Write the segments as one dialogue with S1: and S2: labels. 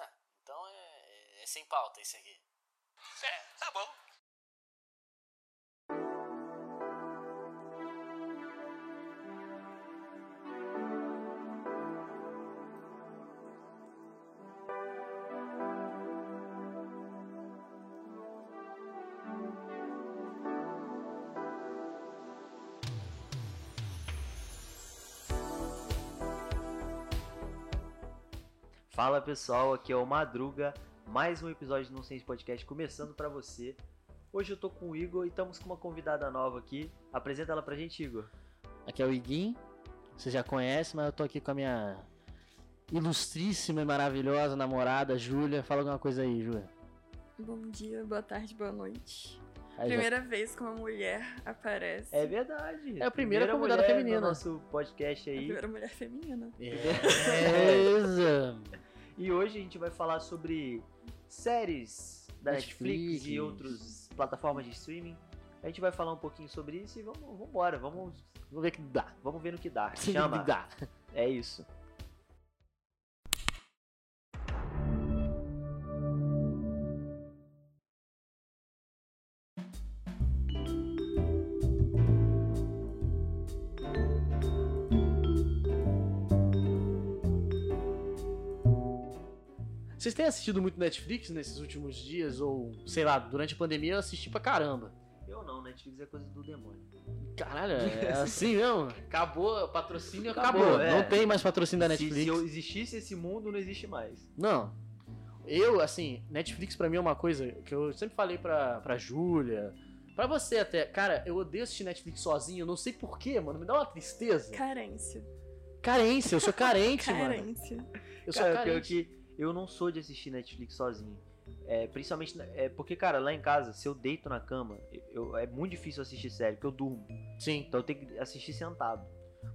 S1: Ah, então é, é sem pauta isso aqui.
S2: É, tá bom.
S3: Fala pessoal, aqui é o Madruga, mais um episódio do Nonsense Podcast começando pra você. Hoje eu tô com o Igor e estamos com uma convidada nova aqui. Apresenta ela pra gente, Igor.
S4: Aqui é o Iguim, você já conhece, mas eu tô aqui com a minha ilustríssima e maravilhosa namorada, Júlia. Fala alguma coisa aí, Júlia.
S5: Bom dia, boa tarde, boa noite.
S4: Aí, Júlia.
S5: Primeira vez que uma mulher aparece.
S3: É verdade.
S4: É, É a primeira convidada
S3: mulher
S4: feminina.
S3: no nosso podcast
S5: A
S3: aí. É.
S5: primeira mulher feminina.
S4: É Beleza.
S3: E hoje a gente vai falar sobre séries da Netflix,
S4: Netflix.
S3: e outras plataformas de streaming. A gente vai falar um pouquinho sobre isso e vamos, vamos embora, vamos,
S4: Vamos ver o que dá.
S3: vamos ver no que dá.
S4: Se
S3: Chama.
S4: dá.
S3: É isso.
S4: Vocês têm assistido muito Netflix nesses últimos dias? Ou, sei lá, durante a pandemia eu assisti pra caramba.
S3: Eu não, Netflix é coisa do demônio.
S4: Caralho, é assim mesmo? Acabou o patrocínio, acabou.
S3: Acabou, é.
S4: Não tem mais patrocínio da
S3: Se,
S4: Netflix.
S3: se eu existisse esse mundo, não existe mais.
S4: Não. Eu, assim, Netflix pra mim é uma coisa que eu sempre falei pra, pra Júlia, pra você até. Cara, eu odeio assistir Netflix sozinho, eu não sei porquê, mano. Me dá uma tristeza.
S5: Carência.
S4: Carência, eu sou carente, mano.
S5: Carência.
S4: Eu sou
S3: Cara, é pior
S4: carente.
S3: que eu não sou de assistir Netflix sozinho. É, principalmente na- é, porque, cara, lá em casa, se eu deito na cama, eu- eu- é muito difícil assistir série, porque eu durmo.
S4: Sim.
S3: Então eu tenho que assistir sentado.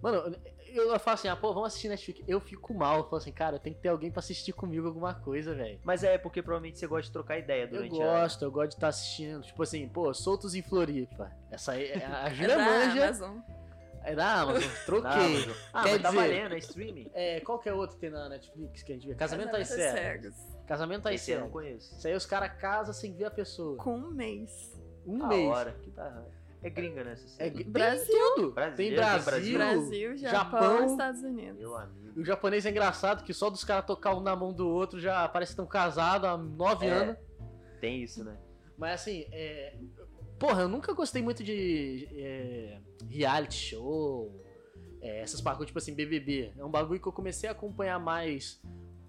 S4: Mano, eu, eu falo assim, ah, pô, vamos assistir Netflix. Eu fico mal. Eu falo assim, cara, tem que ter alguém pra assistir comigo alguma coisa, velho.
S3: Mas é porque provavelmente você gosta de trocar ideia
S4: Eu
S3: durante a.
S4: gosto, eu gosto de estar assistindo. Tipo assim, pô, soltos em Floripa. Essa aí, é a
S5: É
S4: Júlia
S5: da
S4: manja.
S5: Amazon.
S4: É da Amazon,
S3: Na
S4: troquei.
S3: Amazon. Ah,
S4: Quer
S3: mas tá
S4: dizer-
S3: valendo, é streaming?
S4: É, qual que é outro que tem na Netflix que a gente vê? Casamento às
S5: Casamento
S4: cegas. Casamento às
S3: Esse eu não
S4: cegas.
S3: conheço.
S4: Isso aí os caras casam sem ver a pessoa.
S5: Com um mês.
S4: Um
S3: Da
S4: mês.
S3: hora, que da hora. É gringa, né? essa
S4: É,
S3: série?
S4: tem
S5: Brasil.
S4: tudo.
S3: Brasileiro,
S4: tem
S3: tem
S4: Brasil.
S3: Brasil.
S5: Brasil, Japão,
S4: Japão.
S5: Estados Unidos. Ah,
S3: Meu amigo.
S4: E o japonês é engraçado que só dos caras tocar um na mão do outro já parece que estão casados há nove
S3: É.
S4: anos.
S3: Tem isso, né?
S4: Mas assim, é... porra, eu nunca gostei muito de é, reality show, é, essas bagulho tipo assim, BBB. É um bagulho que eu comecei a acompanhar mais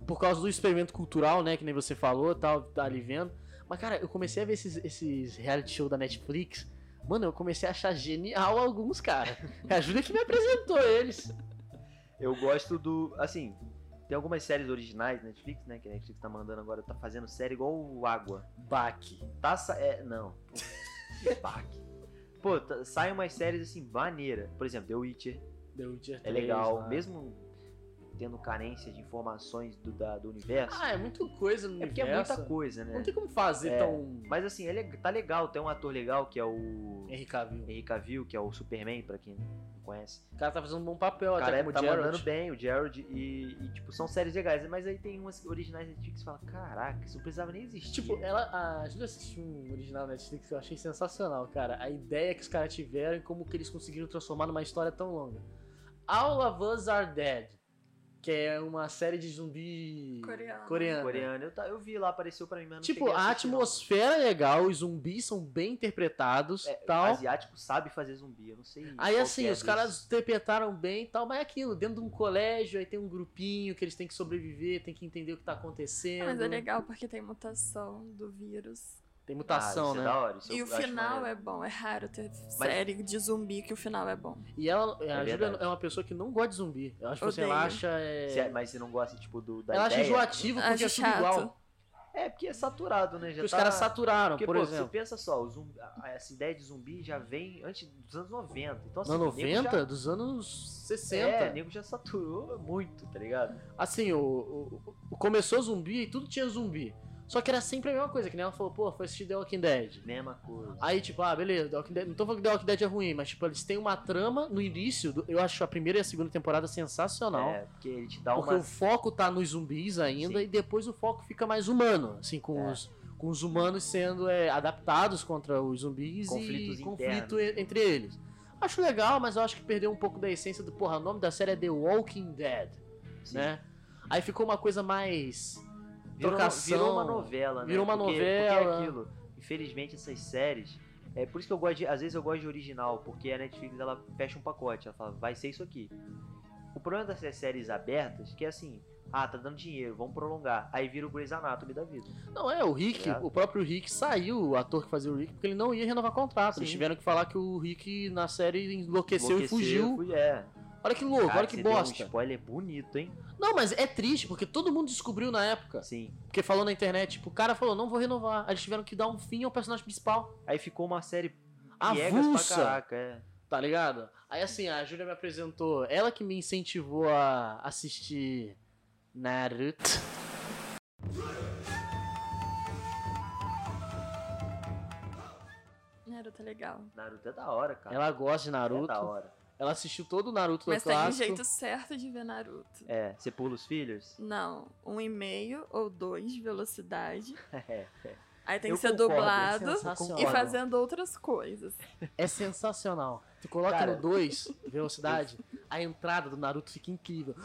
S4: por causa do experimento cultural, né, que nem você falou, tal, tá ali vendo. Mas cara, eu comecei a ver esses, esses reality show da Netflix. Mano, eu comecei a achar genial alguns, cara. É a Júlia que me apresentou eles.
S3: Eu gosto do. Assim, tem algumas séries originais Netflix, né? Que a Netflix tá mandando agora, tá fazendo série igual o Água.
S4: Baque.
S3: Taça. É. Não. Baque. Pô, tá- saem umas séries assim, maneira. Por exemplo, The Witcher.
S4: The Witcher
S3: É
S4: 3
S3: legal.
S4: lá.
S3: Mesmo tendo carência de informações do, da- do universo.
S4: Ah, é muita coisa no
S3: assim. é porque é
S4: universo.
S3: muita coisa, né?
S4: Não tem como fazer
S3: É,
S4: tão...
S3: Mas assim, é le- tá legal, tem um ator legal que é o
S4: Henry Cavill.
S3: Henry Cavill, que é o Superman, pra quem não conhece.
S4: O cara tá fazendo um bom papel,
S3: O
S4: até
S3: cara
S4: como
S3: tá
S4: Geralt.
S3: mandando bem, o Gerald, e, e, tipo, são séries legais, mas aí tem umas originais da Netflix que fala, caraca, isso não precisava nem existir.
S4: Tipo, ela, a Julia assistiu um original da Netflix que eu achei sensacional, cara. A ideia que os caras tiveram e como que eles conseguiram transformar numa história tão longa. All of Us Are Dead, que é uma série de zumbi
S5: Coreana.
S4: coreana.
S3: coreana, eu, tá- eu vi lá, apareceu pra mim, mas não
S4: é. Tipo,
S3: cheguei
S4: a
S3: assistir, não.
S4: atmosfera é legal, os zumbis são bem interpretados
S3: É,
S4: tal.
S3: asiático sabe fazer zumbi, eu não sei.
S4: Aí
S3: qual
S4: assim,
S3: que é
S4: os
S3: disso.
S4: caras interpretaram bem e tal, mas é aquilo, dentro de um colégio, aí tem um grupinho que eles têm que sobreviver, tem que entender o que tá acontecendo.
S5: Mas é legal porque tem mutação do vírus.
S4: Tem
S3: Ah,
S4: mutação,
S3: isso é
S4: né?
S3: da hora, isso
S5: E
S3: eu
S5: o
S3: acho
S5: final é
S3: maneiro.
S5: bom. É raro ter série de zumbi que o final é bom.
S4: E ela, a Júlia
S3: verdade.
S4: é uma pessoa que não gosta de zumbi. Eu acho que você
S5: Odeio.
S4: ela acha. é,
S3: Se é- Mas você não gosta, tipo, do, da
S4: Ela acha
S3: ideia?
S4: enjoativo porque
S5: Acho
S4: é tudo
S5: chato.
S4: igual.
S3: É, porque é saturado, né? Já
S4: Porque os
S3: tá-
S4: caras saturaram,
S3: Porque,
S4: por
S3: pô,
S4: exemplo.
S3: você pensa só, o zumbi- a- essa ideia de zumbi já vem antes dos anos 90. Então, assim,
S4: Na
S3: o nego
S4: 90,
S3: já-
S4: dos anos 60.
S3: É, o nego já saturou muito, tá ligado?
S4: Assim, o, o- o- começou zumbi e tudo tinha zumbi. Só que era sempre a mesma coisa, que nem ela falou, pô, foi assistir The Walking Dead.
S3: Mesma coisa.
S4: Aí, tipo, ah, beleza, The Walking Dead. Não tô falando que The Walking Dead é ruim, mas, tipo, eles têm uma trama no início, do- eu acho a primeira e a segunda temporada sensacional.
S3: É, porque ele te dá
S4: Porque
S3: uma.
S4: o foco tá nos zumbis ainda
S3: Sim.
S4: e depois o foco fica mais humano, assim, com,
S3: É.
S4: os, com os humanos sendo é, adaptados contra os zumbis
S3: Conflitos
S4: e
S3: internos.
S4: conflito e- entre eles. Acho legal, mas eu acho que perdeu um pouco da essência do porra, o nome da série é The Walking Dead,
S3: Sim.
S4: né? Aí ficou uma coisa mais
S3: Virou,
S4: trocação.
S3: virou uma novela, né?
S4: Virou uma
S3: Porque- Porque
S4: novela.
S3: é aquilo. Infelizmente, essas séries. É por isso que eu gosto de. Às vezes eu gosto de original, porque a Netflix ela fecha um pacote. Ela fala, vai ser isso aqui. O problema dessas séries abertas que é assim. Ah, tá dando dinheiro, vamos prolongar. Aí vira o Grey's Anatomy da vida.
S4: Não, é, o Rick,
S3: Obrigado.
S4: o próprio Rick saiu, o ator que fazia o Rick, porque ele não ia renovar contrato. Eles
S3: Sim.
S4: tiveram que falar que o Rick na série enlouqueceu, e
S3: Enlouqueceu,
S4: fugiu.
S3: fu- É.
S4: Olha que louco,
S3: Cara,
S4: olha que
S3: você deu
S4: bosta.
S3: Um spoiler bonito, hein?
S4: Não, mas é triste, porque todo mundo descobriu na época.
S3: Sim.
S4: Porque falou na internet, tipo, o cara falou, não vou renovar. Aí eles tiveram que dar um fim ao personagem principal.
S3: Aí ficou uma série piegas pra
S4: Avulsa,
S3: caraca, é.
S4: tá ligado? Aí assim, a Júlia me apresentou, ela que me incentivou a assistir Naruto.
S5: Naruto é legal.
S3: Naruto é da hora, cara.
S4: Ela gosta de
S3: É da
S4: Naruto.
S3: hora.
S4: Ela assistiu todo o Naruto
S5: Mas
S4: do
S5: tem um
S4: clássico.
S5: jeito certo de ver Naruto.
S3: É, você pula os filhos?
S5: Não, um e meio ou dois de velocidade.
S3: É.
S5: Aí tem
S3: Eu
S5: que ser
S3: concordo, é
S5: dublado
S4: sensacional.
S5: e fazendo outras coisas.
S4: É sensacional. Tu coloca
S3: Cara.
S4: no 2, velocidade, a entrada do Naruto fica incrível.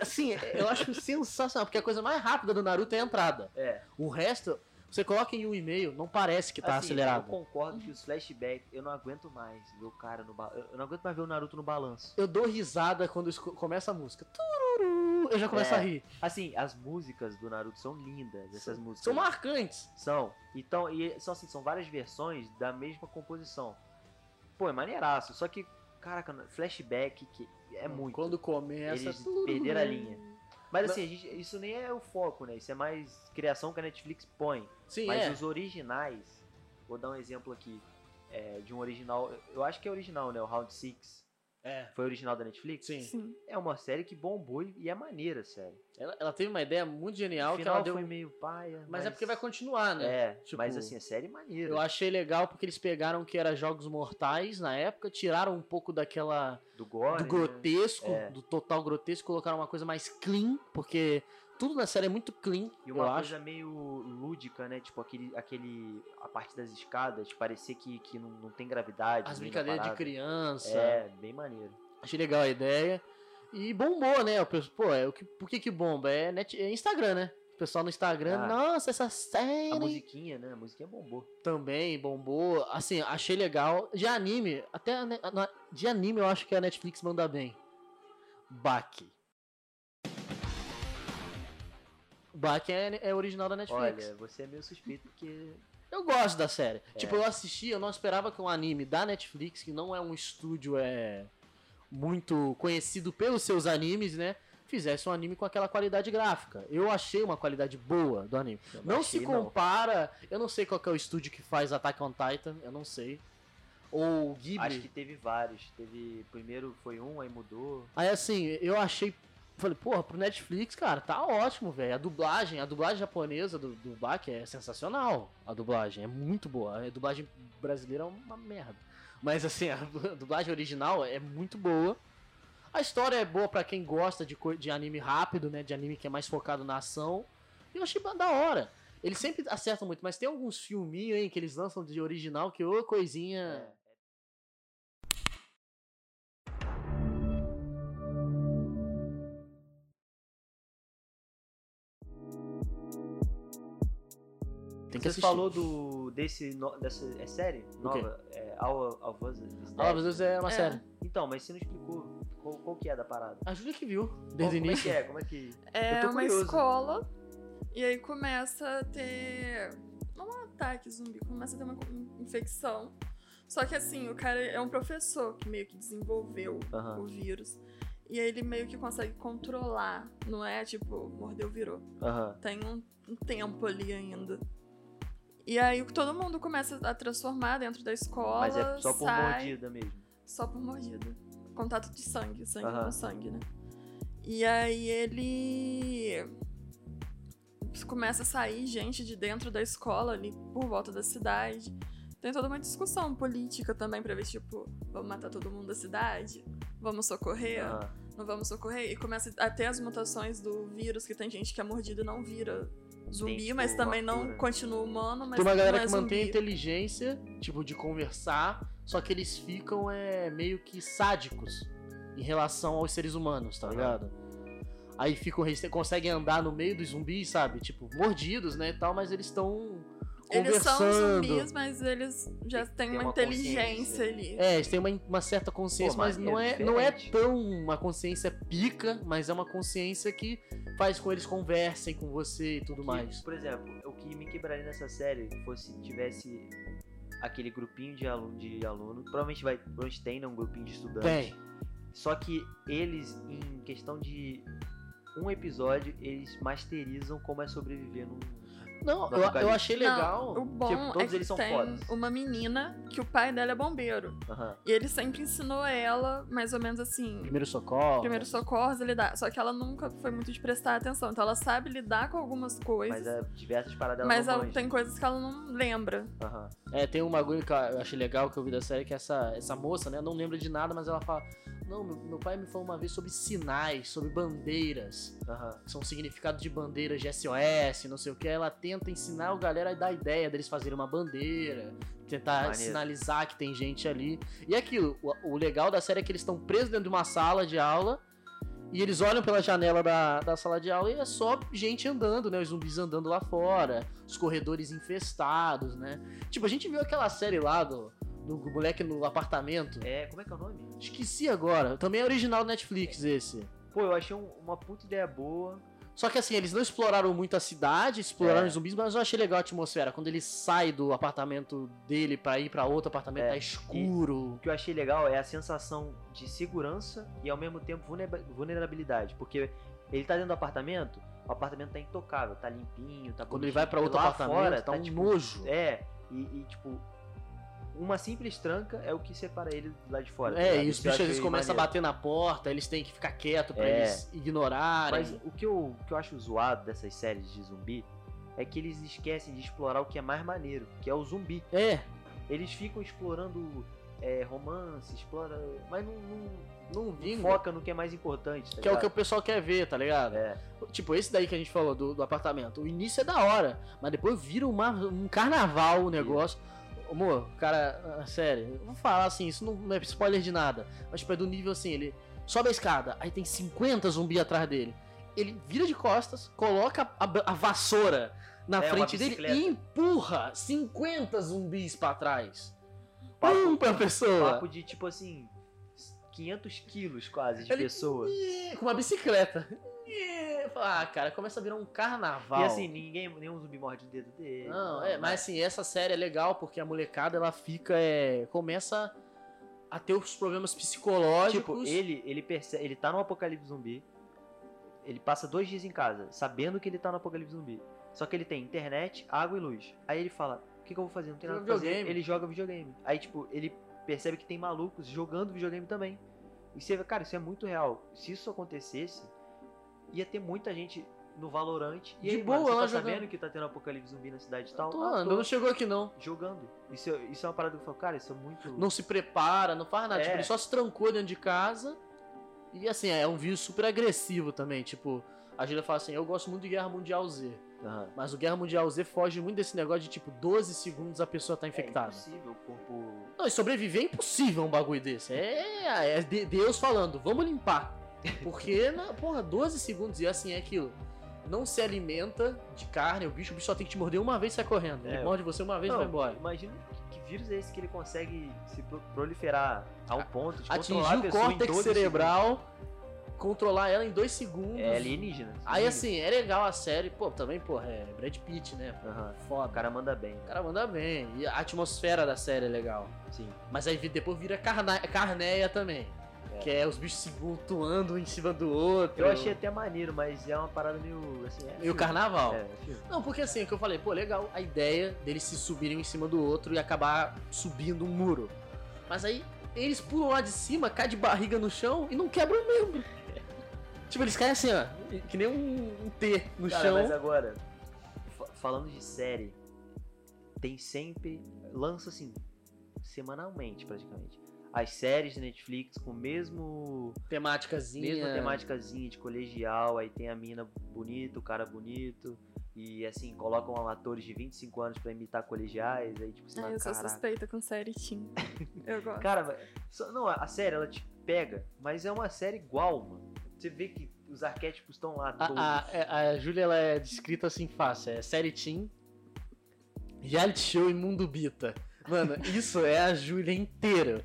S4: Assim, eu acho sensacional, porque a coisa mais rápida do Naruto é a entrada.
S3: É.
S4: O resto, você coloca em um e meio, não parece que tá
S3: Assim, Eu
S4: acelerado.
S3: concordo que os flashbacks, eu não aguento mais ver o cara no ba... Eu não aguento mais ver o Naruto no balanço.
S4: Eu dou risada quando esco- começa a música. Tururu, Eu já começo
S3: É.
S4: a rir.
S3: Assim, as músicas do Naruto são lindas, essas músicas.
S4: São marcantes.
S3: São. Então, e são assim, são várias versões da mesma composição. Pô, é maneiraço. Só que, caraca, flashback que é muito.
S4: Quando começa.
S3: Eles
S4: tururu.
S3: perderam a linha. Mas assim, a gente- isso nem é o foco, né? Isso é mais criação que a Netflix põe.
S4: Sim,
S3: Mas
S4: é.
S3: os originais, vou dar um exemplo aqui é, de um original, eu acho que é original, né? O Round Six
S4: É.
S3: Foi original da Netflix?
S4: Sim.
S5: Sim.
S3: É uma série que bombou e e é maneira, sério.
S4: Ela, ela teve uma ideia muito
S3: O
S4: genial que ela
S3: final
S4: deu. um
S3: foi meio paia.
S4: Mas é porque vai continuar, né?
S3: É,
S4: Tipo,
S3: mas assim, a série é maneira.
S4: Eu achei legal porque eles pegaram que era jogos mortais na época, tiraram um pouco daquela
S3: Do gore.
S4: do
S3: né?
S4: grotesco,
S3: É.
S4: do total grotesco, colocaram uma coisa mais clean, porque tudo na série é muito clean,
S3: E uma
S4: eu
S3: coisa
S4: acho.
S3: meio lúdica, né? Tipo, aquele, aquele. A parte das escadas, parecer que, que não, não tem gravidade.
S4: As
S3: nem na
S4: brincadeiras de
S3: parada.
S4: criança.
S3: É, bem maneiro.
S4: Achei legal a ideia. E bombou, né? O pessoal- Pô, é, o que, por que que bomba? É, net, é Instagram, né? O pessoal no Instagram,
S3: Ah.
S4: nossa, essa série
S3: A musiquinha, né? A musiquinha bombou.
S4: também bombou. Assim, achei legal. De anime, até a ne- na- de anime eu acho que a Netflix manda bem. Baki. Baki é, é original da Netflix.
S3: Olha, você é meio suspeito porque.
S4: eu gosto da série.
S3: É.
S4: Tipo, eu assisti, eu não esperava que um anime da Netflix, que não é um estúdio é muito conhecido pelos seus animes, né? Fizesse um anime com aquela qualidade gráfica. Eu achei uma qualidade boa do anime.
S3: eu
S4: Não se
S3: achei,
S4: compara. Eu não sei qual que é o estúdio que faz Attack on Titan, eu não sei. Ou Ghibli.
S3: Acho que teve vários. Teve. Primeiro foi um, aí mudou.
S4: Aí assim, eu achei. Falei, porra, pro Netflix, cara, tá ótimo, velho. A dublagem, a dublagem japonesa do, do Bach é sensacional. A dublagem é muito boa. A dublagem brasileira é uma merda. Mas assim, a du- a dublagem original é muito boa. A história é boa pra quem gosta de, coi- de anime rápido, né? De anime que é mais focado na ação. E eu achei ba- da hora. Eles sempre acertam muito, mas tem alguns filminhos, hein, que eles lançam de original que ô coisinha. Tem
S3: Você falou do. desse. No, dessa. É série? Nova? É, All of Us is
S4: Ah,
S3: Dead.
S4: mas isso é uma
S5: É.
S4: série.
S3: Então, mas você não explicou qual, qual que é da parada.
S4: A Júlia que viu, desde o
S3: como,
S4: início.
S3: Como é que é? Como é que. Eu
S5: É
S3: tô
S5: uma
S3: curioso.
S5: escola e aí começa a ter não um ataque zumbi, começa a ter uma co- um, infecção. Só que assim, o cara é um professor que meio que desenvolveu
S3: Aham,
S5: o vírus. E aí ele meio que consegue controlar, não é tipo, mordeu, virou.
S3: aham.
S5: Tem um, um tempo ali ainda. E aí todo mundo começa a transformar dentro da escola.
S3: Mas é só por
S5: sai,
S3: mordida mesmo.
S5: só por mordida. Contato de sangue, sangue
S3: Aham.
S5: com sangue, né? E aí ele começa a sair gente de dentro da escola ali por volta da cidade. Tem toda uma discussão política também pra ver, tipo, vamos matar todo mundo da cidade? Vamos socorrer?
S3: Ah,
S5: Não vamos socorrer? E começa até as mutações do vírus, que tem gente que é mordida e não vira zumbi,
S3: tipo,
S5: mas também não
S3: altura.
S5: continua humano, mas
S4: Tem uma galera
S5: não é
S4: que mantém a
S5: zumbi.
S4: inteligência, tipo, de conversar, só que eles ficam é, meio que sádicos em relação aos seres humanos, tá
S3: Aham.
S4: ligado? Aí ficam, eles conseguem andar no meio dos zumbis, sabe? Tipo, mordidos, né, e tal, mas eles estão
S5: Eles são
S4: conversando.
S5: zumbis, mas eles já
S3: Tem-
S5: têm
S3: tem
S5: uma,
S3: uma
S5: inteligência
S3: consciência.
S5: ali.
S4: É, eles têm uma, uma certa consciência,
S3: Pô,
S4: mas
S3: maneiro,
S4: não é, não é
S3: diferente.
S4: tão uma consciência pica, mas é uma consciência que faz com que eles conversem com você e tudo
S3: que,
S4: mais.
S3: Por exemplo, o que me quebraria nessa série fosse tivesse aquele grupinho de aluno, de aluno provavelmente vai, provavelmente tem né, um grupinho de estudantes.
S4: Tem.
S3: Só que eles, em questão de um episódio, eles masterizam como é sobreviver num.
S4: Não,
S3: Do
S4: eu, eu
S3: Apocalipse.
S4: achei
S5: Não,
S4: legal.
S5: o bom
S3: tipo, todos
S5: é que
S3: eles são
S5: tem
S3: fodas.
S5: uma menina que o pai dela é bombeiro.
S3: Aham.
S5: E ele sempre ensinou ela, mais ou menos assim,
S4: Primeiro socorro.
S5: primeiros socorros, ele dá. Só que ela nunca foi muito de prestar atenção. Então ela sabe lidar com algumas coisas,
S3: Mas
S5: mas,
S3: é, diversas paradas ela não
S5: ela
S3: manja.
S5: tem coisas que ela não lembra.
S3: Aham.
S4: É, tem um bagulho que eu achei legal que eu vi da série, que é essa, essa moça, né, não lembra de nada, mas ela fala: Não, meu, meu pai me falou uma vez sobre sinais, sobre bandeiras.
S3: Aham.
S4: são significados de bandeiras de SOS, não sei o que. Ela tenta ensinar o galera a dar ideia deles fazerem uma bandeira, tentar
S3: Maneiro.
S4: sinalizar que tem gente ali. E é aquilo, o, o legal da série é que eles estão presos dentro de uma sala de aula e eles olham pela janela da, da sala de aula e é só gente andando, né? Os zumbis andando lá fora, os corredores infestados, né? Tipo, a gente viu aquela série lá do, do moleque no apartamento.
S3: É, como é que é o nome?
S4: Esqueci agora. Também é original do Netflix
S3: É.
S4: esse.
S3: Pô, eu achei um- uma puta ideia boa.
S4: Só que assim, eles não exploraram muito a cidade, exploraram
S3: É.
S4: os zumbis, mas eu achei legal a atmosfera. Quando ele sai do apartamento dele pra ir pra outro apartamento,
S3: É.
S4: tá
S3: O
S4: escuro.
S3: que eu achei legal é a sensação de segurança e ao mesmo tempo vulnera- vulnerabilidade. Porque ele tá dentro do apartamento, o apartamento tá intocável, tá limpinho, tá
S4: Quando ele
S3: bonitinho.
S4: vai pra outro
S3: Lá
S4: apartamento,
S3: fora,
S4: tá, um
S3: tipo,
S4: nojo.
S3: É, e, e, tipo, uma simples tranca é o que separa ele lá de fora. tá
S4: É,
S3: ligado?
S4: e os
S3: Isso eu
S4: bichos eles
S3: achei
S4: começam a
S3: maneiro.
S4: bater na porta, eles têm que ficar quieto pra
S3: É.
S4: eles ignorarem.
S3: Mas o que, eu, o que eu acho zoado dessas séries de zumbi é que eles esquecem de explorar o que é mais maneiro, que é o zumbi.
S4: É,
S3: Eles ficam explorando é, romance, explora. Mas não, não-
S4: não
S3: não
S4: vinga.
S3: foca no que é mais importante, tá
S4: Que é o que
S3: ligado?
S4: o pessoal quer ver, tá ligado?
S3: É.
S4: Tipo, esse daí que a gente falou do, do apartamento. O início é da hora, mas depois vira uma- um carnaval o negócio. Amor, cara, ah, sério, eu vou falar assim, isso não, não é spoiler de nada. Mas, tipo, é do nível assim, ele sobe a escada, aí tem 50 zumbi atrás dele. Ele vira de costas, coloca a, ba- a vassoura na
S3: É, uma
S4: frente dele
S3: bicicleta.
S4: e empurra 50 zumbis pra trás.
S3: Papo-
S4: um pra pessoa.
S3: Papo de tipo assim. 500 quilos quase de
S4: Ele-
S3: pessoa.
S4: Ih, Com uma bicicleta. Ih, eu falo, Ah, cara, começa a virar um carnaval.
S3: E assim, ninguém, nenhum zumbi morde o dedo dele.
S4: Não, é, mas assim, essa série é legal porque a molecada ela fica. é, começa a ter os problemas
S3: Tipo,
S4: psicológicos.
S3: ele, ele percebe. Ele tá no apocalipse zumbi. Ele passa dois dias em casa, sabendo que ele tá no apocalipse zumbi. Só que ele tem internet, água e luz. Aí ele fala: O que, que eu vou fazer? Não tem nada pra fazer.
S4: Videogame.
S3: Ele joga videogame. Aí, tipo, ele percebe que tem malucos jogando videogame também. E você vê, cara, isso é muito real. Se isso acontecesse, ia ter muita gente no Valorante. E
S4: De
S3: aí, mano,
S4: boa,
S3: você tá
S4: lá jogando.
S3: sabendo que tá tendo apocalipse zumbi na cidade e tal?
S4: Tô,
S3: Ah,
S4: andando, não chegou aqui não.
S3: Jogando. Isso, é- isso é uma parada que eu falo, cara, isso é muito.
S4: Não se prepara, não faz nada.
S3: É.
S4: Tipo, ele só se trancou dentro de casa. E assim, é um vírus super agressivo também. Tipo, a Julia fala assim: eu gosto muito de Guerra Mundial Z.
S3: Aham.
S4: Mas o Guerra Mundial Z foge muito desse negócio de tipo 12 segundos a pessoa tá
S3: É
S4: infectada.
S3: impossível o corpo
S4: Não, e sobreviver é impossível um bagulho desse. É, é de- Deus falando, vamos limpar. Porque, na, porra, 12 segundos e assim é aquilo. Não se alimenta de carne, o bicho, o bicho só tem que te morder uma vez e sai correndo. Ele
S3: É.
S4: morde você uma vez e
S3: Não,
S4: vai embora.
S3: Imagina que- que vírus é esse que ele consegue se pro- proliferar a um ponto de controlar a
S4: Atingir o
S3: pessoa em
S4: córtex
S3: 12
S4: cerebral, controlar ela em dois segundos.
S3: segundos. É alienígena.
S4: Aí
S3: alienígena.
S4: assim, é legal a série, pô, também, porra, é Brad Pitt, né? Pô,
S3: Aham.
S4: Foda.
S3: O cara manda bem.
S4: o cara manda bem. E a atmosfera da série é legal.
S3: Sim.
S4: Mas aí vi- depois vira carna- carneia também.
S3: É.
S4: Que é os bichos se flutuando um em cima do outro.
S3: Eu achei até maneiro, mas é uma parada meio assim. É
S4: E o
S3: filme.
S4: carnaval.
S3: É, é filme.
S4: Não, porque assim, é o que eu falei, pô, legal a ideia deles se subirem um em cima do outro e acabar subindo um muro. Mas aí eles pulam lá de cima, caem de barriga no chão e não quebram o membro. tipo, eles caem assim, ó, que nem um, um T no
S3: Cara,
S4: chão.
S3: mas é agora, falando de série, tem sempre. Lança assim, semanalmente praticamente. As séries de Netflix com o mesmo.
S4: Temáticazinha.
S3: Mesma temáticazinha de colegial, aí tem a mina bonita, o cara bonito. E assim, colocam atores de 25 anos pra imitar colegiais. Aí, tipo, você
S5: Ai,
S3: vai,
S5: Ah, eu sou
S3: "Caraca".
S5: suspeita com série Teen. Eu gosto.
S3: Cara, mas- só- não, a série, ela te pega, mas é uma série igual, mano. Você vê que os arquétipos estão lá todos.
S4: A, a, a Júlia ela é descrita assim fácil, é série teen, reality show e mundo bita. Mano, isso é a Júlia inteira,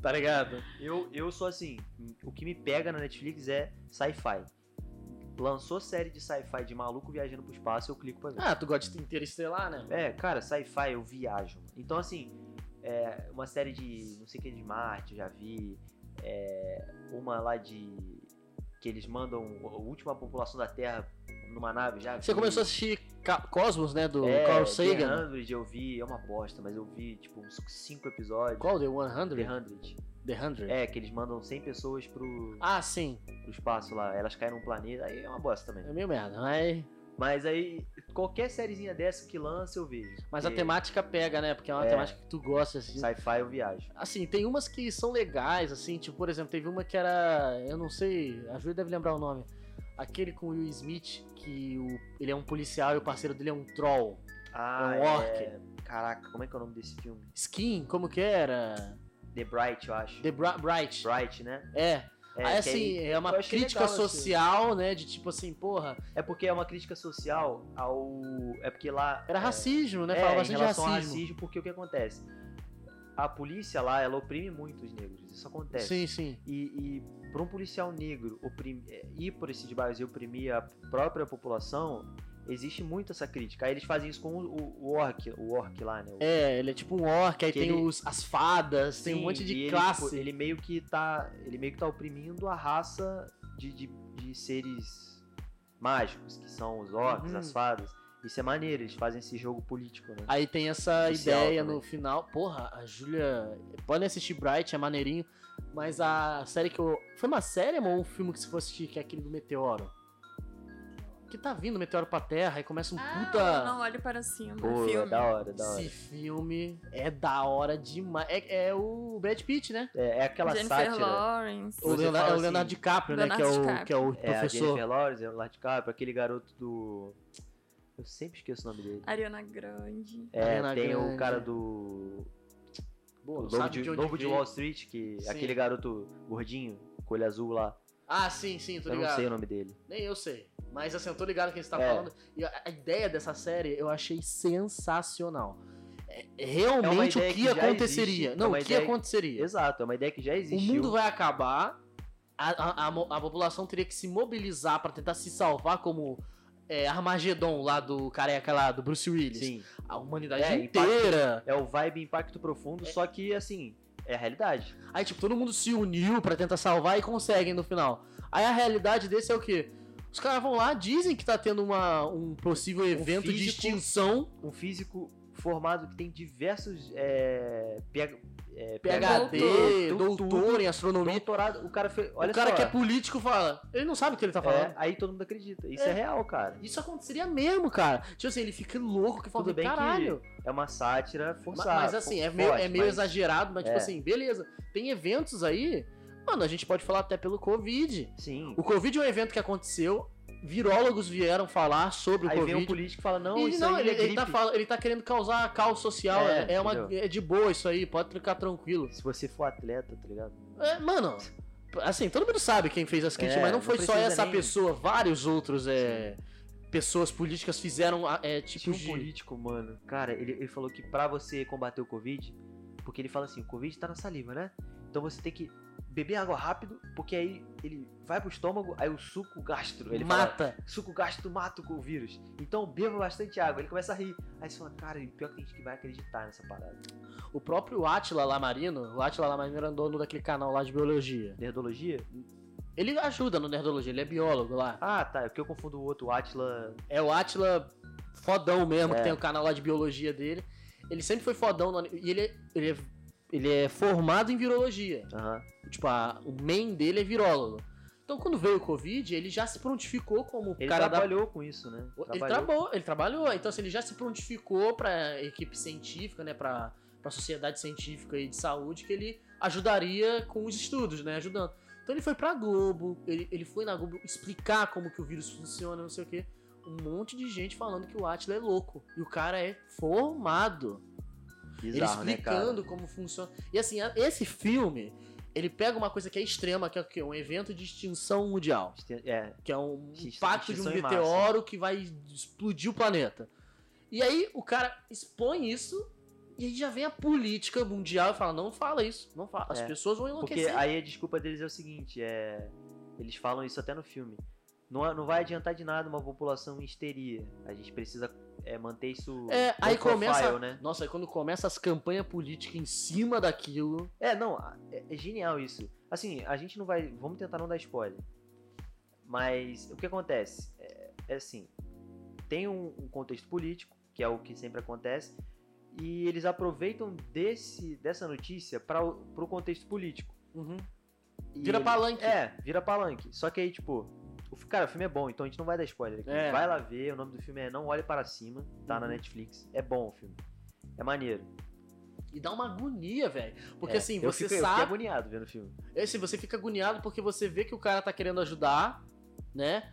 S4: tá ligado?
S3: Eu, eu sou assim, o que me pega na Netflix é sci-fi. Lançou série de sci-fi de maluco viajando pro espaço, eu clico pra ver.
S4: Ah, tu gosta de inteira estrelar, né?
S3: É, cara, sci-fi eu viajo. Então, assim, é, uma série de não sei o que de Marte, eu já vi. É, uma lá de. que eles mandam a última população da Terra numa nave já.
S4: Você
S3: vi.
S4: começou a assistir Ca- Cosmos, né, do
S3: é,
S4: Carl
S3: The
S4: Sagan.
S3: 100 eu vi, é uma bosta, mas eu vi, tipo, uns 5 episódios.
S4: Qual? The
S3: The
S4: 100?
S3: 100.
S4: The 100.
S3: É, que eles mandam 100 pessoas pro,
S4: Ah, sim.
S3: pro espaço lá, elas caem num planeta, aí é uma bosta também.
S4: É meio merda, mas,
S3: Mas aí, qualquer sériezinha dessa que lança, eu vejo.
S4: mas a
S3: Porque
S4: temática pega, né? Porque é uma
S3: É.
S4: temática que tu gosta, assim.
S3: Sci-fi eu viajo.
S4: Assim, tem umas que são legais, assim, tipo, por exemplo, teve uma que era. Eu não sei, a Júlia deve lembrar o nome. Aquele com o Will Smith, que o, ele é um policial e o parceiro dele é um troll.
S3: Ah,
S4: um orc.
S3: é... Caraca, como é que é o nome desse filme?
S4: Skin, como que era?
S3: The Bright, eu acho.
S4: The Bra- Bright.
S3: Bright, né?
S4: É.
S3: É,
S4: Aí,
S3: que
S4: assim,
S3: ele-
S4: é uma
S3: eu achei
S4: crítica
S3: legal, assim.
S4: social, né? De tipo assim, porra,
S3: É porque é uma crítica social ao... É porque lá...
S4: era
S3: é,
S4: racismo, né?
S3: É,
S4: Falava
S3: em
S4: bastante de
S3: relação
S4: racismo.
S3: ao racismo, porque o que acontece? A polícia lá, ela oprime muito os negros, isso acontece.
S4: Sim, sim.
S3: E, e para um policial negro oprim- eh, ir por esses bairros e oprimir a própria população, existe muito essa crítica. Aí eles fazem isso com o, o- o orc, o orc lá, né? O-
S4: É, ele é tipo um orc, aí
S3: Que
S4: tem
S3: ele-
S4: os, as fadas, tem um
S3: Sim,
S4: monte
S3: e
S4: de
S3: ele,
S4: classe.
S3: tipo, ele meio que tá. Ele meio que tá oprimindo a raça de, de, de seres mágicos, que são os orcs,
S4: Uhum. Ah,
S3: as fadas. Isso é maneiro, eles fazem esse jogo político, né?
S4: Aí tem essa
S3: Social
S4: ideia
S3: também.
S4: no final. Porra, a Júlia. Podem assistir Bright, é maneirinho. Mas a série que eu. Foi uma série amor, ou um filme que você for assistir, que é aquele do Meteoro? Que tá vindo o Meteoro pra Terra e começa um
S5: Ah,
S4: puta.
S5: Não olhe para cima.
S3: Pô, é
S5: filme.
S3: da hora, é da hora.
S4: Esse filme é da hora demais. É, é o Brad Pitt, né?
S3: É, é aquela
S5: Jennifer
S3: sátira.
S5: Lawrence.
S4: O
S3: Você
S4: Leonardo, é
S3: fala
S4: o Leonardo
S3: assim,
S4: DiCaprio, né? Que é o,
S5: Leonardo DiCaprio.
S4: que é o
S3: É, a
S4: professor.
S3: Jennifer Lawrence, o Leonardo DiCaprio, aquele garoto do... Eu sempre esqueço o nome dele.
S5: Ariana Grande.
S3: É,
S4: Ariana
S3: tem
S4: Grande.
S3: o cara do...
S4: Pô,
S3: Lobo,
S4: sabe
S3: de,
S4: de onde
S3: Lobo de
S4: veio?
S3: Wall Street, que
S4: Sim.
S3: aquele garoto gordinho, com olho azul lá.
S4: Ah, sim, sim, tô
S3: eu
S4: ligado.
S3: não sei o nome dele.
S4: Nem eu sei. Mas assim, eu tô ligado quem você tá
S3: É.
S4: falando. E a a ideia dessa série eu achei sensacional. É- é
S3: É uma
S4: Realmente
S3: ideia
S4: o que,
S3: que já
S4: aconteceria.
S3: existe, é
S4: Não,
S3: uma
S4: o que
S3: ideia que-
S4: aconteceria?
S3: Exato, é uma ideia que já
S4: O
S3: existiu.
S4: mundo vai acabar. A, a- a mo- a população teria que se mobilizar pra tentar se salvar como é, Armagedon lá do careca lá, do Bruce Willis.
S3: Sim,
S4: A humanidade
S3: É,
S4: inteira.
S3: é o vibe impacto profundo, só que, assim, é a realidade.
S4: Aí, tipo, todo mundo se uniu pra tentar salvar e conseguem no final. Aí a realidade desse é o quê? Os caras vão lá, dizem que tá tendo uma, um possível evento de
S3: físico-
S4: extinção.
S3: Um físico formado que tem diversos... É, PH, é,
S4: PhD, doutor, em astronomia.
S3: doutorado. O cara fez... Então, Olha
S4: o cara
S3: só.
S4: que é político fala, ele não sabe o que ele tá falando.
S3: É, aí todo mundo acredita. Isso é,
S4: É.
S3: real, cara.
S4: Isso aconteceria mesmo, cara. Tipo assim, ele fica louco que fala,
S3: Tudo bem que
S4: caralho.
S3: É uma sátira
S4: Ma-
S3: forçada.
S4: Mas assim, é
S3: fo-
S4: meio,
S3: forte,
S4: é meio
S3: mas-
S4: exagerado, mas tipo
S3: É.
S4: assim, beleza. Tem eventos aí, mano, a gente pode falar até pelo Covid.
S3: Sim.
S4: O Covid é um evento que aconteceu, virólogos vieram falar sobre o
S3: Aí vem um
S4: Covid.
S3: político e fala, não,
S4: e
S3: isso
S4: não,
S3: aí
S4: ele,
S3: é
S4: ele tá
S3: gripe.
S4: fala- ele tá querendo causar caos social. É,
S3: É,
S4: é uma,
S3: entendeu?
S4: é de boa isso aí, pode ficar tranquilo.
S3: Se você for atleta, tá ligado?
S4: É, mano, assim, todo mundo sabe quem fez as críticas,
S3: É,
S4: mas não
S3: não
S4: foi só
S3: precisa
S4: essa
S3: nem-
S4: pessoa, vários outros é, pessoas políticas fizeram a- é, tipo
S3: Tinha um
S4: de...
S3: político, mano. Cara, ele, ele falou que pra você combater o Covid, porque ele fala assim, o Covid tá na saliva, né? Então você tem que beber água rápido, porque aí ele vai pro estômago, aí o suco gastro. Ele fala,
S4: mata.
S3: suco gastro mata o vírus. Então beba bastante água. Ele começa a rir. Aí você fala, cara, e pior que tem gente que vai acreditar nessa parada.
S4: O próprio Atila Lamarino, o Atila Lamarino era dono daquele canal lá de biologia.
S3: Nerdologia?
S4: Ele ajuda no Nerdologia, ele é biólogo lá.
S3: Ah, tá. É porque eu confundo o outro, o Atila.
S4: É o Atila fodão mesmo, que
S3: É.
S4: tem o canal lá de biologia dele. Ele sempre foi fodão no- e ele, é- ele, é, ele é formado em virologia.
S3: Aham.
S4: Tipo, a- o main dele é virólogo. Então, quando veio o Covid, ele já se prontificou como
S3: Ele
S4: cara da
S3: trabalhou com isso, né?
S4: Ele trabalhou, ele trabalhou. Então, assim, ele já se prontificou pra equipe científica, né? Pra, pra sociedade científica e de saúde, que ele ajudaria com os estudos, né? Ajudando. Então, ele foi pra Globo, ele, ele foi na Globo explicar como que o vírus funciona, não sei o quê. Um monte de gente falando que o Atila é louco. E o cara é formado.
S3: Bizarro,
S4: ele
S3: né, cara?
S4: explicando como funciona. E assim, a- esse filme, ele pega uma coisa que é extrema, que é o quê? Um evento de extinção mundial
S3: Este- É,
S4: que é um
S3: Extin-
S4: impacto de um
S3: extinção em massa.
S4: meteoro que vai explodir o planeta. E aí o cara expõe isso e aí já vem a política mundial e fala: não fala isso, não fala. As
S3: É,
S4: pessoas vão
S3: porque
S4: enlouquecer.
S3: aí a desculpa deles é o seguinte, é... Eles falam isso até no filme. Não, é- não vai adiantar de nada uma população em histeria. A gente precisa é, manter isso...
S4: É, aí
S3: low profile,
S4: começa.
S3: né?
S4: Nossa, aí quando começa as campanhas políticas em cima daquilo.
S3: É, não, a- é, é genial isso. Assim, a gente não vai. Vamos tentar não dar spoiler. Mas o que acontece? É, é assim: tem um, um contexto político, que é o que sempre acontece, e eles aproveitam desse, dessa notícia para o contexto político. Uhum. E
S4: Vira
S3: ele-
S4: palanque.
S3: É, vira palanque. Só que aí, tipo, o, fi- cara, o filme é bom, então a gente não vai dar spoiler aqui.
S4: É.
S3: Vai lá ver, o nome do filme é Não Olhe Para Cima, tá na
S4: Uhum.
S3: Netflix. É bom o filme. É maneiro.
S4: E dá uma agonia, velho. Porque
S3: É,
S4: assim,
S3: eu
S4: você
S3: fico- Eu fiquei
S4: sabe.
S3: agoniado vendo o filme.
S4: É assim, você fica agoniado porque você vê que o cara tá querendo ajudar, né?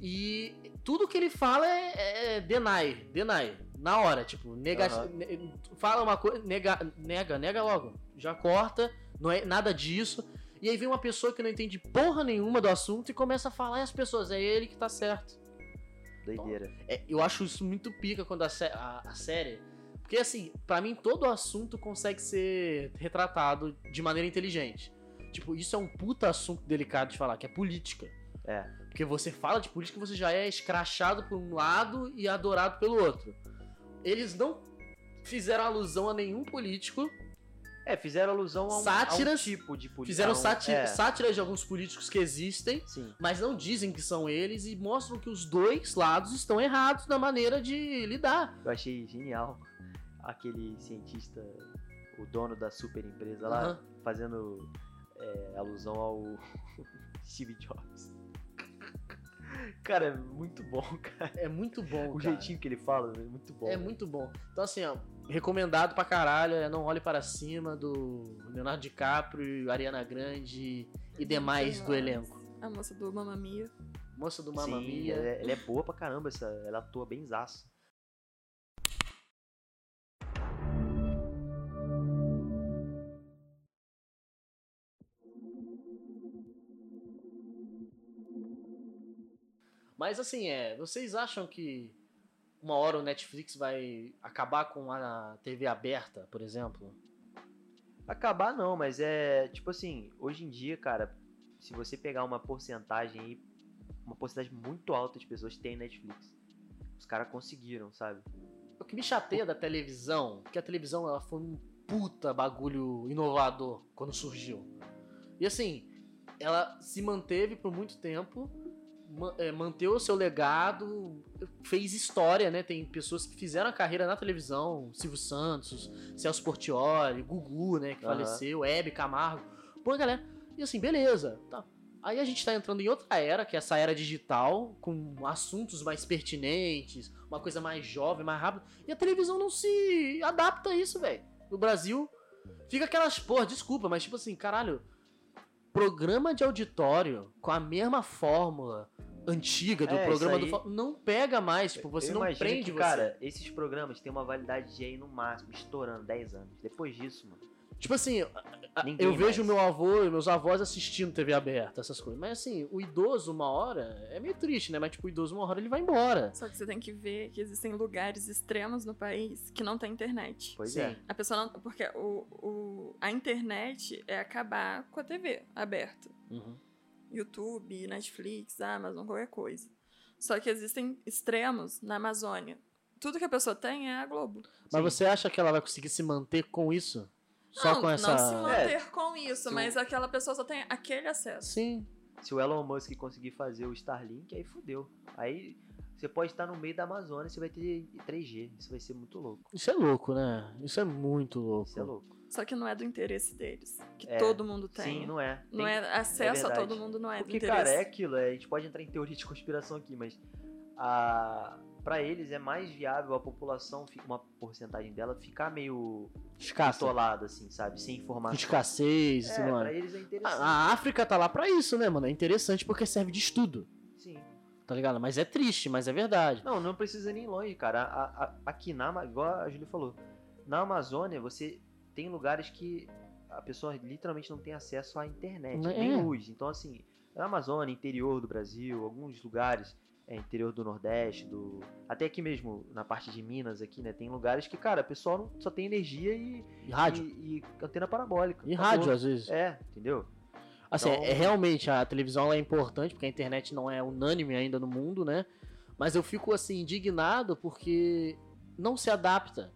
S4: E tudo que ele fala é, é deny, deny. Na hora, tipo, nega,
S3: Aham.
S4: ne- fala uma coisa, nega, nega, nega logo. Já corta, não é nada disso. E aí vem uma pessoa que não entende porra nenhuma do assunto e começa a falar e as pessoas, é ele que tá certo.
S3: Doideira.
S4: É, eu acho isso muito pica quando a, sé- a- a série. Porque, assim, pra mim todo assunto consegue ser retratado de maneira inteligente. Tipo, isso é um puta assunto delicado de falar, que é política.
S3: É.
S4: Porque você fala de política, você já é escrachado por um lado e adorado pelo outro. Eles não fizeram alusão a nenhum político,
S3: É, fizeram alusão a um,
S4: Sátiras.
S3: a um tipo de política.
S4: fizeram sati-
S3: É,
S4: sátiras de alguns políticos que existem,
S3: sim.
S4: mas não dizem que são eles e mostram que os dois lados estão errados na maneira de lidar.
S3: Eu achei genial aquele cientista, o dono da super empresa lá,
S4: Aham.
S3: fazendo é, alusão ao Steve Jobs. Cara, é muito bom, cara.
S4: É muito bom,
S3: O
S4: cara.
S3: jeitinho que ele fala é muito bom.
S4: É muito bom. Então, assim, ó, recomendado pra caralho. É Não Olhe Para Cima, do Leonardo DiCaprio, Ariana Grande e demais do elenco.
S5: A moça do Mamma Mia.
S4: Moça do Mamma
S3: Sim,
S4: Mia.
S3: ela é, ela é boa pra caramba, essa, ela atua bem zaço.
S4: Mas, assim, é, vocês acham que uma hora o Netflix vai acabar com a TV aberta, por exemplo?
S3: Acabar não, mas é tipo assim, hoje em dia, cara, se você pegar uma porcentagem aí, uma porcentagem muito alta de pessoas tem Netflix. Os caras conseguiram, sabe?
S4: O que me chateia da televisão, porque a televisão ela foi um puta bagulho inovador quando surgiu. E assim, ela se manteve por muito tempo, ma- é, manteve o seu legado, fez história, né? Tem pessoas que fizeram a carreira na televisão, Silvio Santos, Celso Portioli, Gugu, né, que
S3: Aham.
S4: faleceu, Hebe Camargo. Pô, galera, e assim, beleza, tá. Aí a gente tá entrando em outra era, que é essa era digital, com assuntos mais pertinentes, uma coisa mais jovem, mais rápida. E a televisão não se adapta a isso, velho. No Brasil, fica aquelas porra, desculpa, mas tipo assim, caralho. Programa de auditório com a mesma fórmula antiga do
S3: É, isso
S4: programa do.
S3: aí.
S4: fo- Não pega mais, tipo, você
S3: Eu
S4: não
S3: imagino
S4: prende
S3: que,
S4: você.
S3: Cara, esses programas têm uma validade de aí no máximo, estourando 10 anos. Depois disso, mano.
S4: Tipo assim, a-
S3: Ninguém
S4: eu vejo
S3: mais.
S4: meu avô e meus avós assistindo TV aberta, essas coisas. Mas assim, o idoso, uma hora, é meio triste, né? Mas tipo, o idoso, uma hora, ele vai embora.
S5: Só que você tem que ver que existem lugares extremos no país que não tem internet.
S3: Pois
S4: Sim.
S3: é.
S5: A pessoa não. Porque o, o, a internet é acabar com a TV aberta.
S4: Uhum.
S5: YouTube, Netflix, Amazon, qualquer coisa. Só que existem extremos na Amazônia. Tudo que a pessoa tem é a Globo.
S4: Mas
S3: Sim.
S4: você acha que ela vai conseguir se manter com isso? Só
S5: não,
S4: com essa.
S5: não se manter com isso,
S3: Se o-
S5: mas aquela pessoa só tem aquele acesso.
S4: Sim.
S3: Se o Elon Musk conseguir fazer o Starlink, aí fudeu. Aí Você pode estar no meio da Amazônia e você vai ter 3G. Isso vai ser muito louco.
S4: Isso é louco, né? Isso é muito louco.
S3: Isso é louco.
S5: Só que não é do interesse deles. Que
S3: É.
S5: todo mundo tem.
S3: Sim, não é.
S5: Tá, não
S3: Tem-
S5: é acesso a
S3: verdade.
S5: todo mundo, não é do
S3: Porque,
S5: interesse.
S3: cara, é aquilo. é, a gente pode entrar em teoria de conspiração aqui, mas a... pra eles é mais viável a população, fi- uma porcentagem dela, ficar meio
S4: Escasso.
S3: atolada, assim, sabe? Sem informação.
S4: Escassez, isso,
S3: É,
S4: mano.
S3: pra eles é interessante.
S4: A, a África tá lá pra isso, né, mano? É interessante porque serve de estudo,
S3: Sim.
S4: tá ligado? Mas é triste, mas é verdade.
S3: Não, não precisa nem ir longe, cara. A- a- aqui na Ama- igual a Julia falou, na Amazônia você tem lugares que a pessoa literalmente não tem acesso à internet,
S4: Né?
S3: nem luz. Então, assim, na Amazônia, interior do Brasil, alguns lugares, é, interior do Nordeste, do. Até aqui mesmo, na parte de Minas, aqui, né? Tem lugares que, cara, o pessoal não- só tem energia e,
S4: E rádio.
S3: e, e antena parabólica.
S4: E,
S3: Acabou.
S4: rádio, às vezes.
S3: É, entendeu?
S4: Assim,
S3: Então-
S4: é, realmente a televisão ela é importante, porque a internet não é unânime ainda no mundo, né? Mas eu fico assim indignado porque não se adapta.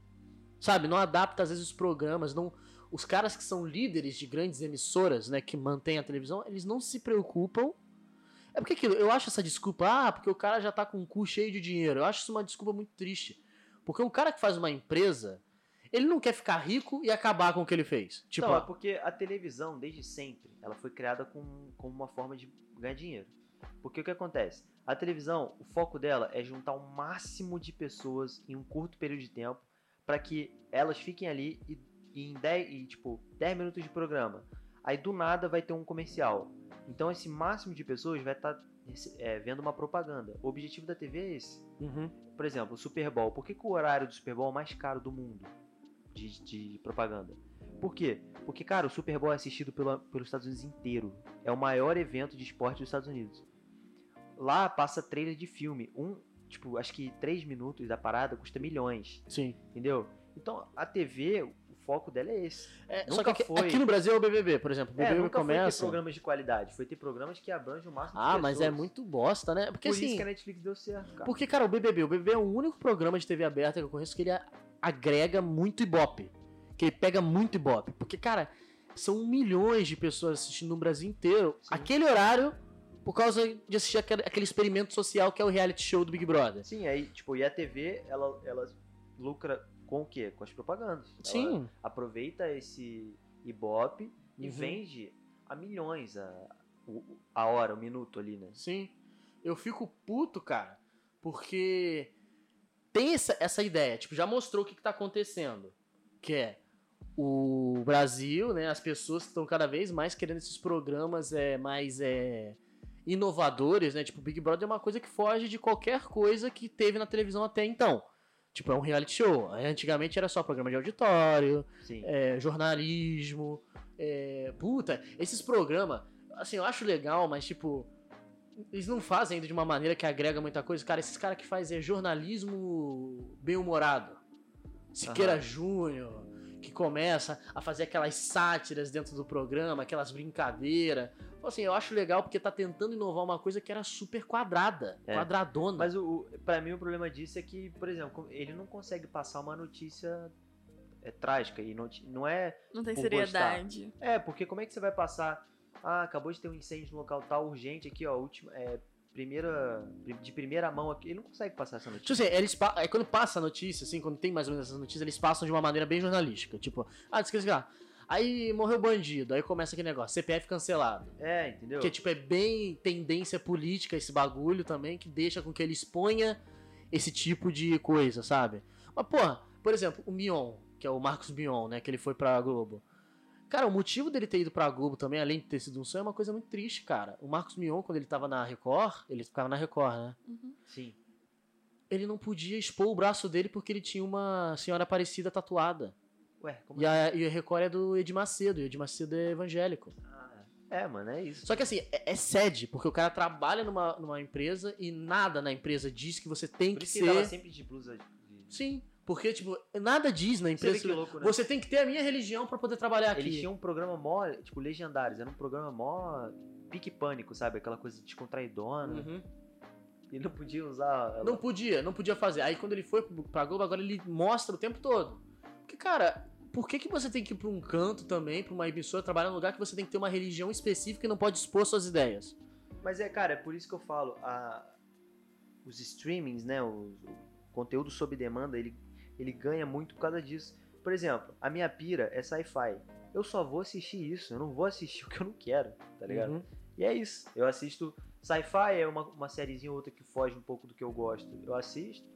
S4: Sabe, não adapta às vezes os programas, não os caras que são líderes de grandes emissoras, né, que mantêm a televisão, eles não se preocupam. É porque aquilo, eu acho essa desculpa, ah, porque o cara já tá com o cu cheio de dinheiro. Eu acho isso uma desculpa muito triste. Porque o cara que faz uma empresa, ele não quer ficar rico e acabar com o que ele fez. Tipo,
S3: não, é porque a televisão, desde sempre, ela foi criada com, como uma forma de ganhar dinheiro. Porque o que acontece? A televisão, o foco dela é juntar o máximo de pessoas em um curto período de tempo para que elas fiquem ali e, e em 10, e, tipo, 10 minutos de programa. Aí do nada vai ter um comercial. Então esse máximo de pessoas vai estar vendo uma propaganda. O objetivo da TV é esse.
S4: uhum.
S3: Por exemplo, o Super Bowl. Por que, que o horário do Super Bowl é o mais caro do mundo de, de propaganda? Por quê? Porque, cara, o Super Bowl é assistido pela, pelos Estados Unidos inteiro. É o maior evento de esporte dos Estados Unidos. Lá passa trailer de filme. Um, tipo, acho que três minutos da parada custa milhões.
S4: sim.
S3: Entendeu? Então, a TV, o foco dela é esse.
S4: É,
S3: Nunca
S4: só que aqui,
S3: foi.
S4: aqui no Brasil é o BBB, por exemplo. O
S3: é,
S4: BBB
S3: nunca foi ter
S4: começa.
S3: programas de qualidade. Foi ter programas que abrangem o máximo de
S4: Ah, mas é
S3: pessoas. é
S4: muito bosta, né?
S3: Por
S4: Porque
S3: isso
S4: assim.
S3: que a Netflix deu certo, cara.
S4: Porque, cara, o BBB, o BBB é o único programa de TV aberta que eu conheço que ele a- agrega muito ibope. Que ele pega muito ibope. Porque, cara, são milhões de pessoas assistindo no Brasil inteiro
S3: Sim.
S4: aquele horário por causa de assistir aquele, aquele experimento social que é o reality show do Big Brother.
S3: Sim, aí, tipo, e a TV, ela, ela lucra com o quê? Com as propagandas. Ela
S4: Sim.
S3: aproveita esse Ibope e
S4: Uhum.
S3: vende a milhões a, o- a hora, o minuto ali, né?
S4: Sim. Eu fico puto, cara, porque tem essa, essa ideia, tipo, já mostrou o que, que tá acontecendo. Que é o Brasil, né? As pessoas estão cada vez mais querendo esses programas é, mais é, inovadores, né? Tipo, Big Brother é uma coisa que foge de qualquer coisa que teve na televisão até então. Tipo, é um reality show. Antigamente era só programa de auditório,
S3: Sim.
S4: é, jornalismo. é, puta, esses programas, assim, eu acho legal, mas tipo. Eles não fazem ainda de uma maneira que agrega muita coisa. Cara, esses caras que fazem é jornalismo bem-humorado. Siqueira
S3: Aham.
S4: Júnior, que começa a fazer aquelas sátiras dentro do programa, aquelas brincadeiras. Então, Assim, eu acho legal porque tá tentando inovar uma coisa que era super quadrada,
S3: É.
S4: quadradona.
S3: Mas o, o- pra mim o problema disso é que, por exemplo, ele não consegue passar uma notícia é, trágica e noti- não é.
S5: Não tem
S3: Por
S5: seriedade.
S3: É, porque como é que você vai passar. Ah, acabou de ter um incêndio no local tal, urgente aqui, ó, última. É, primeira. De primeira mão aqui. Ele não consegue passar essa notícia.
S4: Tipo assim, eles pa- é, quando passa a notícia, assim, quando tem mais ou menos essas notícias, eles passam de uma maneira bem jornalística. Tipo, ah, esqueci lá. Aí morreu o bandido, aí começa aquele negócio, CPF cancelado.
S3: É, entendeu?
S4: Que tipo, é bem tendência política esse bagulho também, que deixa com que ele exponha esse tipo de coisa, sabe? Mas, porra, por exemplo, o Mion, que é o Marcos Mion, né, que ele foi pra Globo. Cara, o motivo dele ter ido pra Globo também, além de ter sido um sonho, é uma coisa muito triste, cara. O Marcos Mion, quando ele tava na Record, ele ficava na Record, né?
S5: Uhum.
S3: Sim.
S4: ele não podia expor o braço dele porque ele tinha uma senhora parecida tatuada.
S3: Ué, como assim?
S4: E a, e a Record é do Edir Macedo, e o Edir Macedo é evangélico.
S3: Ah, é, mano, é isso.
S4: Só que assim, é, é sede, porque o cara trabalha numa, numa empresa e nada na empresa diz que você tem
S3: Por
S4: que
S3: isso que ele tava
S4: ser.
S3: sempre de blusa de.
S4: Sim, porque, tipo, nada diz na
S3: Você
S4: empresa.
S3: vê que
S4: que-
S3: louco, né?
S4: Você tem que ter a minha religião pra poder trabalhar
S3: Eles
S4: aqui.
S3: tinham um programa mó, tipo, legendários. Era um programa mó pique pânico, sabe? Aquela coisa descontraidona.
S4: Uhum.
S3: E não podia usar. ela-
S4: Não podia, não podia fazer. Aí quando ele foi pro- pra Globo, agora ele mostra o tempo todo. Porque, cara, por que, que você tem que ir pra um canto também, pra uma emissora, trabalhar num lugar que você tem que ter uma religião específica e não pode expor suas ideias?
S3: Mas é, cara, é por isso que eu falo. A... os streamings, né, o, o conteúdo sob demanda, ele, ele ganha muito por causa disso. Por exemplo, a minha pira é sci-fi. Eu só vou assistir isso, eu não vou assistir o que eu não quero, tá ligado?
S4: Uhum.
S3: E é isso. Eu assisto. Sci-fi é uma, uma sériezinha ou outra que foge um pouco do que eu gosto. Eu assisto.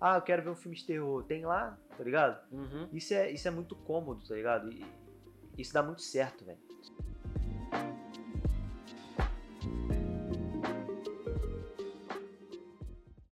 S3: Ah, eu quero ver um filme de terror. Tem lá, tá ligado?
S4: Uhum.
S3: Isso é, isso é muito cômodo, tá ligado? E, e isso dá muito certo, velho.